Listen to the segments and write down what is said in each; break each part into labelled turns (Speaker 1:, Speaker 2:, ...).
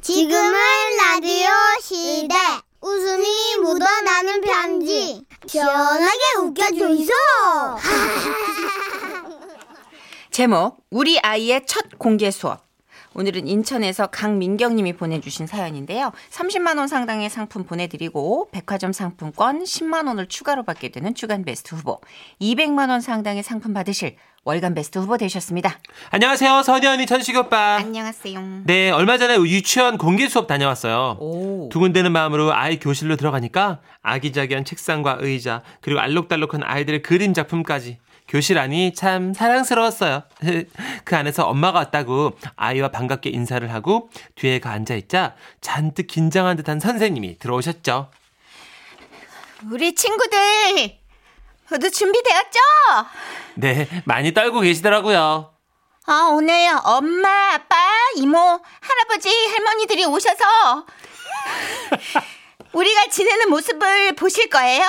Speaker 1: 지금은 라디오 시대. 웃음이 묻어나는 편지. 시원하게 웃겨주이소.
Speaker 2: 제목 우리 아이의 첫 공개 수업. 오늘은 인천에서 강민경 님이 보내주신 사연인데요. 30만 원 상당의 상품 보내드리고 백화점 상품권 10만 원을 추가로 받게 되는 주간 베스트 후보 200만 원 상당의 상품 받으실 월간 베스트 후보 되셨습니다.
Speaker 3: 안녕하세요. 서디 언니 천식 오빠.
Speaker 2: 안녕하세요.
Speaker 3: 네, 얼마 전에 유치원 공개 수업 다녀왔어요.
Speaker 2: 오.
Speaker 3: 두근대는 마음으로 아이 교실로 들어가니까 아기자기한 책상과 의자, 그리고 알록달록한 아이들의 그림 작품까지 교실 안이 참 사랑스러웠어요. 그 안에서 엄마가 왔다고 아이와 반갑게 인사를 하고 뒤에 가 앉아있자 잔뜩 긴장한 듯한 선생님이 들어오셨죠.
Speaker 2: 우리 친구들 모두 준비되었죠?
Speaker 3: 네, 많이 떨고 계시더라고요.
Speaker 2: 아, 오늘 엄마, 아빠, 이모, 할아버지, 할머니들이 오셔서 우리가 지내는 모습을 보실 거예요.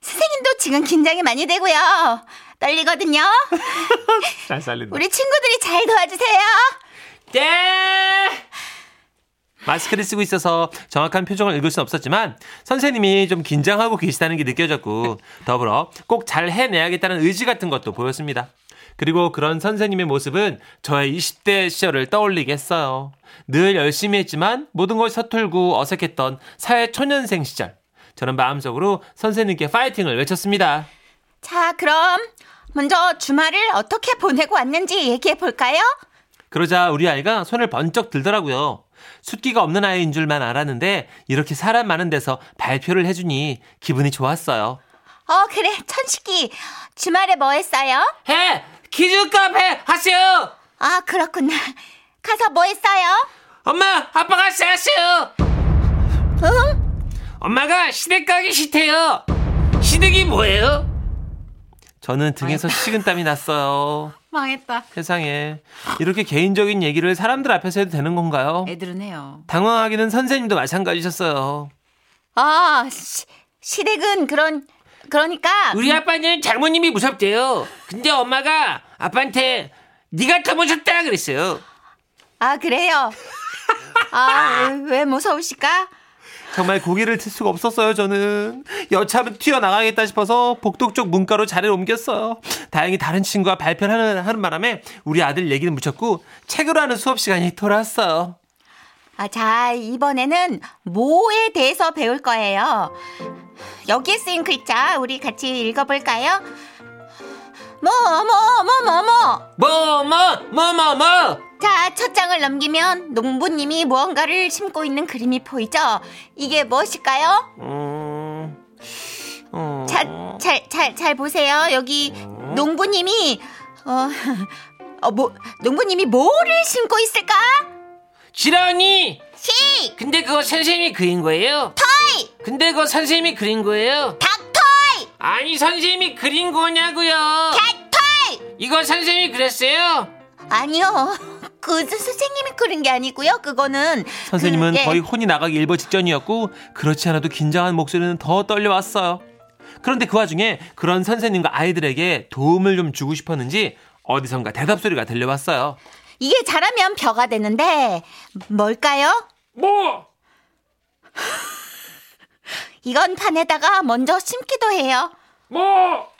Speaker 2: 선생님도 지금 긴장이 많이 되고요. 떨리거든요.
Speaker 3: 잘 살린다.
Speaker 2: 우리 친구들이 잘 도와주세요.
Speaker 3: 네! 마스크를 쓰고 있어서 정확한 표정을 읽을 순 없었지만 선생님이 좀 긴장하고 계시다는 게 느껴졌고 더불어 꼭 잘 해내야겠다는 의지 같은 것도 보였습니다. 그리고 그런 선생님의 모습은 저의 20대 시절을 떠올리게 했어요. 늘 열심히 했지만 모든 걸 서툴고 어색했던 사회 초년생 시절. 저는 마음속으로 선생님께 파이팅을 외쳤습니다.
Speaker 2: 자, 그럼 먼저 주말을 어떻게 보내고 왔는지 얘기해 볼까요?
Speaker 3: 그러자 우리 아이가 손을 번쩍 들더라고요. 숫기가 없는 아이인 줄만 알았는데 이렇게 사람 많은 데서 발표를 해주니 기분이 좋았어요.
Speaker 2: 어, 그래. 천식이 주말에 뭐 했어요?
Speaker 3: 해! 키즈 카페 하세요!
Speaker 2: 아, 그렇구나. 가서 뭐 했어요?
Speaker 3: 엄마, 아빠가 하세요!
Speaker 2: 응?
Speaker 3: 엄마가 시댁 가기 싫대요. 시댁이 뭐예요? 저는 등에서 식은땀이 났어요.
Speaker 2: 망했다.
Speaker 3: 세상에 이렇게 개인적인 얘기를 사람들 앞에서 해도 되는 건가요?
Speaker 2: 애들은 해요.
Speaker 3: 당황하기는 선생님도 마찬가지셨어요.
Speaker 2: 아, 시, 시댁은 그런 그러니까
Speaker 3: 우리 아빠는 장모님이 무섭대요. 근데 엄마가 아빠한테 네가 더 무섭다 그랬어요.
Speaker 2: 아 그래요. 아, 왜, 왜 무서우실까?
Speaker 3: 정말 고개를 들 수가 없었어요. 저는 여차하면 튀어나가겠다 싶어서 복도 쪽 문가로 자리를 옮겼어요. 다행히 다른 친구와 발표를 하는, 하는 바람에 우리 아들 얘기는 묻혔고 책으로 하는 수업 시간이 돌아왔어요.
Speaker 2: 아, 자, 이번에는 뭐에 대해서 배울 거예요. 여기에 쓰인 글자 우리 같이 읽어 볼까요? 뭐 뭐 뭐 뭐 뭐.
Speaker 3: 뭐 뭐 뭐 뭐 뭐.
Speaker 2: 자, 첫 장을 넘기면 농부님이 무언가를 심고 있는 그림이 보이죠? 이게 무엇일까요?
Speaker 3: 음, 어,
Speaker 2: 자, 잘, 잘, 잘 보세요. 여기 농부님이 어, 어, 뭐, 농부님이 뭐를 심고 있을까?
Speaker 3: 지란이.
Speaker 2: 시,
Speaker 3: 근데 그거 선생님이 그린 거예요.
Speaker 2: 터이,
Speaker 3: 근데 그거 선생님이 그린 거예요.
Speaker 2: 닭터이,
Speaker 3: 아니 선생님이 그린 거냐고요.
Speaker 2: 개터이.
Speaker 3: 이거 선생님이 그랬어요?
Speaker 2: 아니요. 그 스- 선생님이 그린 게 아니고요. 그거는
Speaker 3: 선생님은
Speaker 2: 그, 예.
Speaker 3: 거의 혼이 나가기 일보 직전이었고 그렇지 않아도 긴장한 목소리는 더 떨려왔어요. 그런데 그 와중에 그런 선생님과 아이들에게 도움을 좀 주고 싶었는지 어디선가 대답 소리가 들려왔어요.
Speaker 2: 이게 잘하면 벼가 되는데 뭘까요?
Speaker 3: 뭐?
Speaker 2: 이건 판에다가 먼저 심기도 해요.
Speaker 3: 뭐?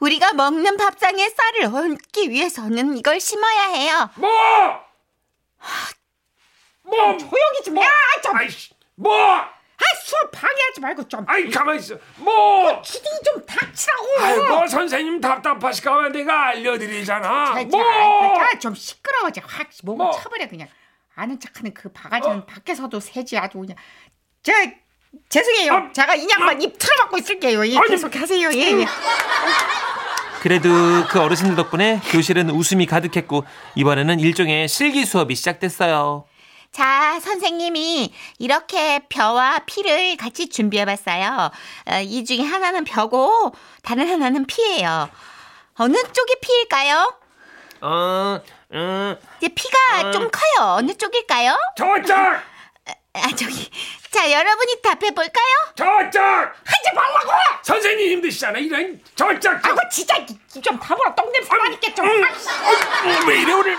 Speaker 2: 우리가 먹는 밥상에 쌀을 얹기 위해서는 이걸 심어야 해요.
Speaker 3: 뭐? 뭐? 조용히 좀 야, 좀. 아이씨, 뭐?
Speaker 4: 수업 방해하지 말고 좀
Speaker 5: 아이 가만 있어. 뭐?
Speaker 4: 시디 좀 닥치라고.
Speaker 5: 아이고 선생님 답답하실까봐 내가 알려드리잖아.
Speaker 4: 자,
Speaker 5: 뭐?
Speaker 4: 자, 자, 좀 시끄러워져 확 몸을
Speaker 5: 뭐? 어?
Speaker 4: 쳐버려 그냥 아는 척하는 그 바가지는 밖에서도 새지 아주 그냥 저 죄송해요
Speaker 5: 아,
Speaker 4: 제가 이 양반 입 틀어막고 있을게요 예,
Speaker 5: 아니,
Speaker 4: 계속하세요 예, 예.
Speaker 3: 그래도 그 어르신들 덕분에 교실은 웃음이 가득했고 이번에는 일종의 실기 수업이 시작됐어요.
Speaker 2: 자, 선생님이 이렇게 벼와 피를 같이 준비해 봤어요. 이 중에 하나는 벼고 다른 하나는 피예요. 어느 쪽이 피일까요?
Speaker 3: 어, 음,
Speaker 2: 이제 피가 좀 커요. 어느 쪽일까요?
Speaker 5: 저짝,
Speaker 2: 아, 저기. 자, 여러분이 답해 볼까요?
Speaker 5: 저짝.
Speaker 4: 하지 말라고
Speaker 5: 선생님 힘드시잖아. 이런 저짝.
Speaker 4: 아이고 진짜 입좀 다물어 똥냄새 나니까 좀
Speaker 5: 음.
Speaker 4: 아, 씨.
Speaker 5: 어, 왜 이래 오늘?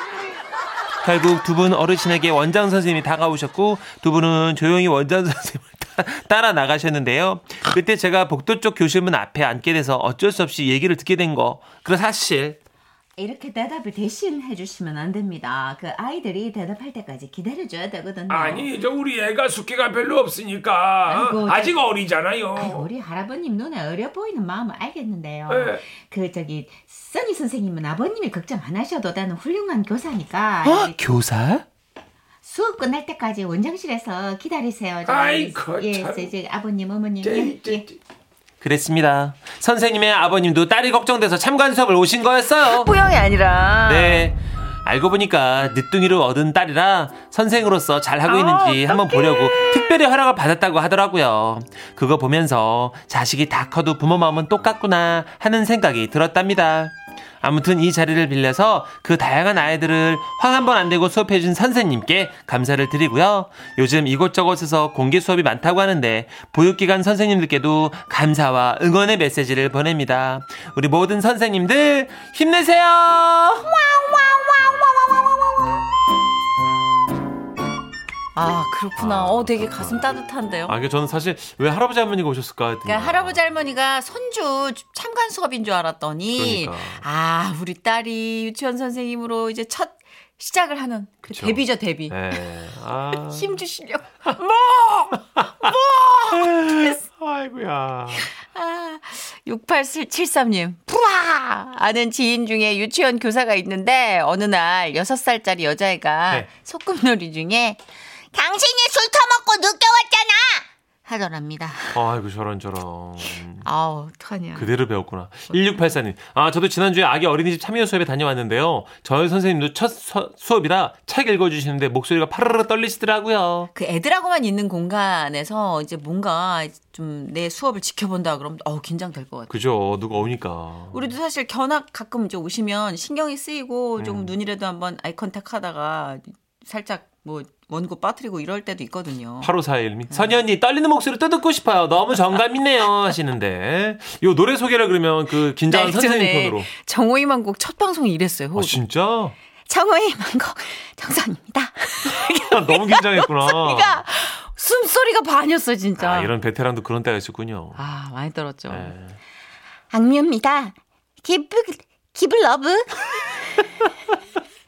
Speaker 3: 결국 두 분 어르신에게 원장 선생님이 다가오셨고 두 분은 조용히 원장 선생님을 따- 따라 나가셨는데요. 그때 제가 복도 쪽 교실문 앞에 앉게 돼서 어쩔 수 없이 얘기를 듣게 된 거. 그런 사실
Speaker 6: 이렇게 대답을 대신 해주시면 안 됩니다. 그 아이들이 대답할 때까지 기다려줘야 되거든요.
Speaker 5: 아니 저 우리 애가 숙기가 별로 없으니까
Speaker 6: 아이고,
Speaker 5: 아직
Speaker 6: 아이고,
Speaker 5: 어리잖아요.
Speaker 6: 네, 우리 할아버님 눈에 어려 보이는 마음을 알겠는데요.
Speaker 5: 예.
Speaker 6: 그 저기 써니 선생님은 아버님이 걱정 안 하셔도 나는 훌륭한 교사니까
Speaker 3: 어? 교사?
Speaker 6: 수업 끝날 때까지 원장실에서 기다리세요. 저기,
Speaker 5: 아이고,
Speaker 6: 예,
Speaker 5: 참.
Speaker 6: 저, 저, 아버님 어머님
Speaker 5: 제-
Speaker 6: 예,
Speaker 5: 제-
Speaker 6: 예.
Speaker 5: 제-
Speaker 3: 그랬습니다. 선생님의 아버님도 딸이 걱정돼서 참관 수업을 오신 거였어요.
Speaker 7: 뿌영이 아니라
Speaker 3: 네. 알고 보니까 늦둥이를 얻은 딸이라 선생으로서 잘하고 있는지 한번 보려고 특별히 허락을 받았다고 하더라고요. 그거 보면서 자식이 다 커도 부모 마음은 똑같구나 하는 생각이 들었답니다. 아무튼 이 자리를 빌려서 그 다양한 아이들을 화 한 번 안 되고 수업해준 선생님께 감사를 드리고요. 요즘 이곳저곳에서 공개 수업이 많다고 하는데 보육기관 선생님들께도 감사와 응원의 메시지를 보냅니다. 우리 모든 선생님들 힘내세요!
Speaker 2: 아 그렇구나. 어 되게 가슴 따뜻한데요.
Speaker 3: 아, 이게 저는 사실 왜 할아버지 할머니가 오셨을까 했더니
Speaker 2: 어? 그러니까 할아버지 할머니가 손주 참관 수업인 줄 알았더니
Speaker 3: 그러니까.
Speaker 2: 아 우리 딸이 유치원 선생님으로 이제 첫 시작을 하는 그
Speaker 3: 그쵸.
Speaker 2: 데뷔죠 데뷔.
Speaker 3: 네. 아.
Speaker 2: 힘 주시려.
Speaker 3: 아이고야.
Speaker 2: 6873님, 푸아! 아는 지인 중에 유치원 교사가 있는데, 어느 날 6살짜리 여자애가
Speaker 3: 네.
Speaker 2: 소꿉놀이 중에, 당신이 술 처먹고 늦게 왔잖아! 하더랍니다.
Speaker 3: 아이고 저런 저런.
Speaker 2: 아우, 어떡하냐.
Speaker 3: 그대로 배웠구나. 1684님. 아, 저도 지난주에 아기 어린이집 참여 수업에 다녀왔는데요. 저희 선생님도 첫 수- 수업이라 책 읽어주시는데 목소리가 파르르 떨리시더라고요.
Speaker 2: 그 애들하고만 있는 공간에서 이제 뭔가 좀 내 수업을 지켜본다 그러면, 어우, 긴장될 것 같아.
Speaker 3: 그죠. 누가 오니까.
Speaker 2: 우리도 사실 견학 가끔 이제 오시면 신경이 쓰이고 좀
Speaker 3: 음.
Speaker 2: 눈이라도 한번 아이 컨택 하다가 살짝 뭐 원고 빠뜨리고 이럴 때도 있거든요.
Speaker 3: 8541님. 선희 언니, 떨리는 목소리 또 듣고 싶어요. 너무 정감 있네요. 하시는데. 요 노래 소개를 그러면 그 긴장한
Speaker 2: 나 네, 예전에
Speaker 3: 선생님 톤으로.
Speaker 2: 정호희 만곡 첫 방송이 이랬어요.
Speaker 3: 아,
Speaker 2: 호흡이.
Speaker 3: 진짜?
Speaker 2: 정호희 만곡 정선입니다.
Speaker 3: 아, 너무 긴장했구나.
Speaker 2: 그러니까 숨소리가 반이었어 진짜.
Speaker 3: 아,
Speaker 2: 아,
Speaker 3: 이런 베테랑도 그런 때가 있었군요.
Speaker 2: 많이 떨었죠.
Speaker 3: 네.
Speaker 2: 악뮤입니다. 기브 기브 러브.